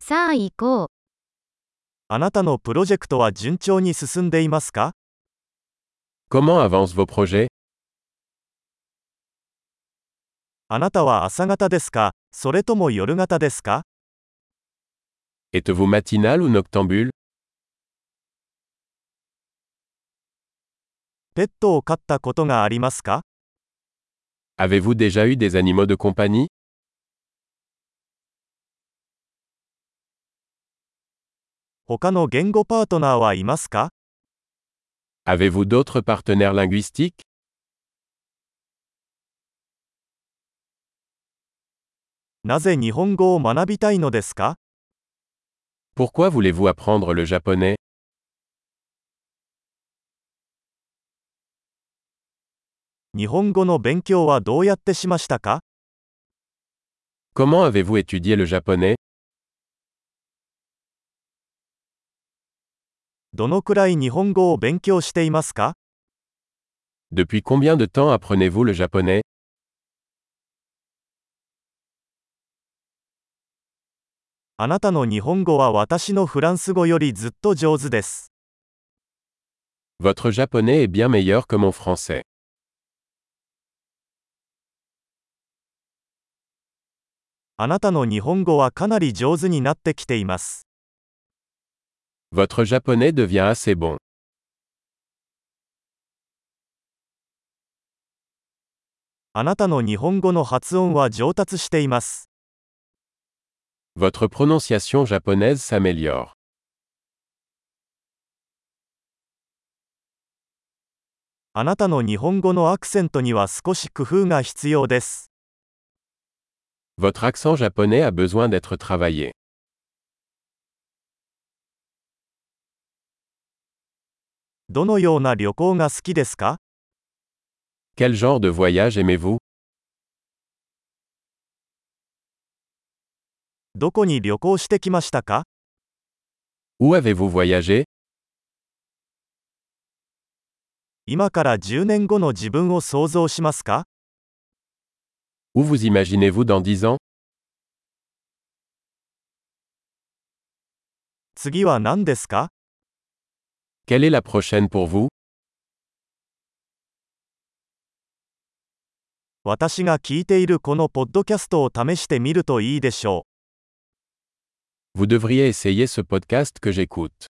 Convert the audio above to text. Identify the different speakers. Speaker 1: さあ行こう。
Speaker 2: あなたのプロジェクトは順調に進んでいますか
Speaker 3: Comment avancent vos projets
Speaker 2: あなたは朝方ですかそれとも夜型ですか
Speaker 3: Êtes-vous matinal ou noctambule
Speaker 2: ペットを飼ったことがありますか
Speaker 3: Avez-vous déjà eu des animaux de compagnie
Speaker 2: 他の言語パートナーはいますか
Speaker 3: Avez-vous d'autres partenaires linguistiques
Speaker 2: なぜ日本語を学びたいのですか
Speaker 3: Pourquoi voulez-vous apprendre le japonais
Speaker 2: 日本語の勉強はどうやってしましたか
Speaker 3: Comment avez-vous étudié le japonais
Speaker 2: どのくらい日本語を勉強していますか
Speaker 3: Depuis combien de temps apprenez-vous le japonais
Speaker 2: あなたの日本語は私のフランス語よりずっと上手です。
Speaker 3: Votre japonais est bien meilleur que mon français.
Speaker 2: あなたの日本語はかなり上手になってきています。
Speaker 3: Votre japonais devient assez bon.
Speaker 2: あなたの日本語の発音は上達しています。
Speaker 3: Votre prononciation japonaise s'améliore.
Speaker 2: あなたの日本語のアクセントには少し工夫が必要です。
Speaker 3: Votre accent japonais a besoin d'être travaillé.
Speaker 2: どのような旅行が好きですか
Speaker 3: Quel genre de voyage aimez-vous
Speaker 2: どこに旅行してきましたか
Speaker 3: Où avez-vous voyagé
Speaker 2: 今から10年後の自分を想像しますか
Speaker 3: Où vous imaginez-vous dans 10 ans
Speaker 2: 次は何ですか
Speaker 3: Quelle est la prochaine pour vous
Speaker 2: 私が聞いているこのポッドキャストを試してみるといいでしょう。
Speaker 3: Vous devriez essayer ce podcast que j'écoute.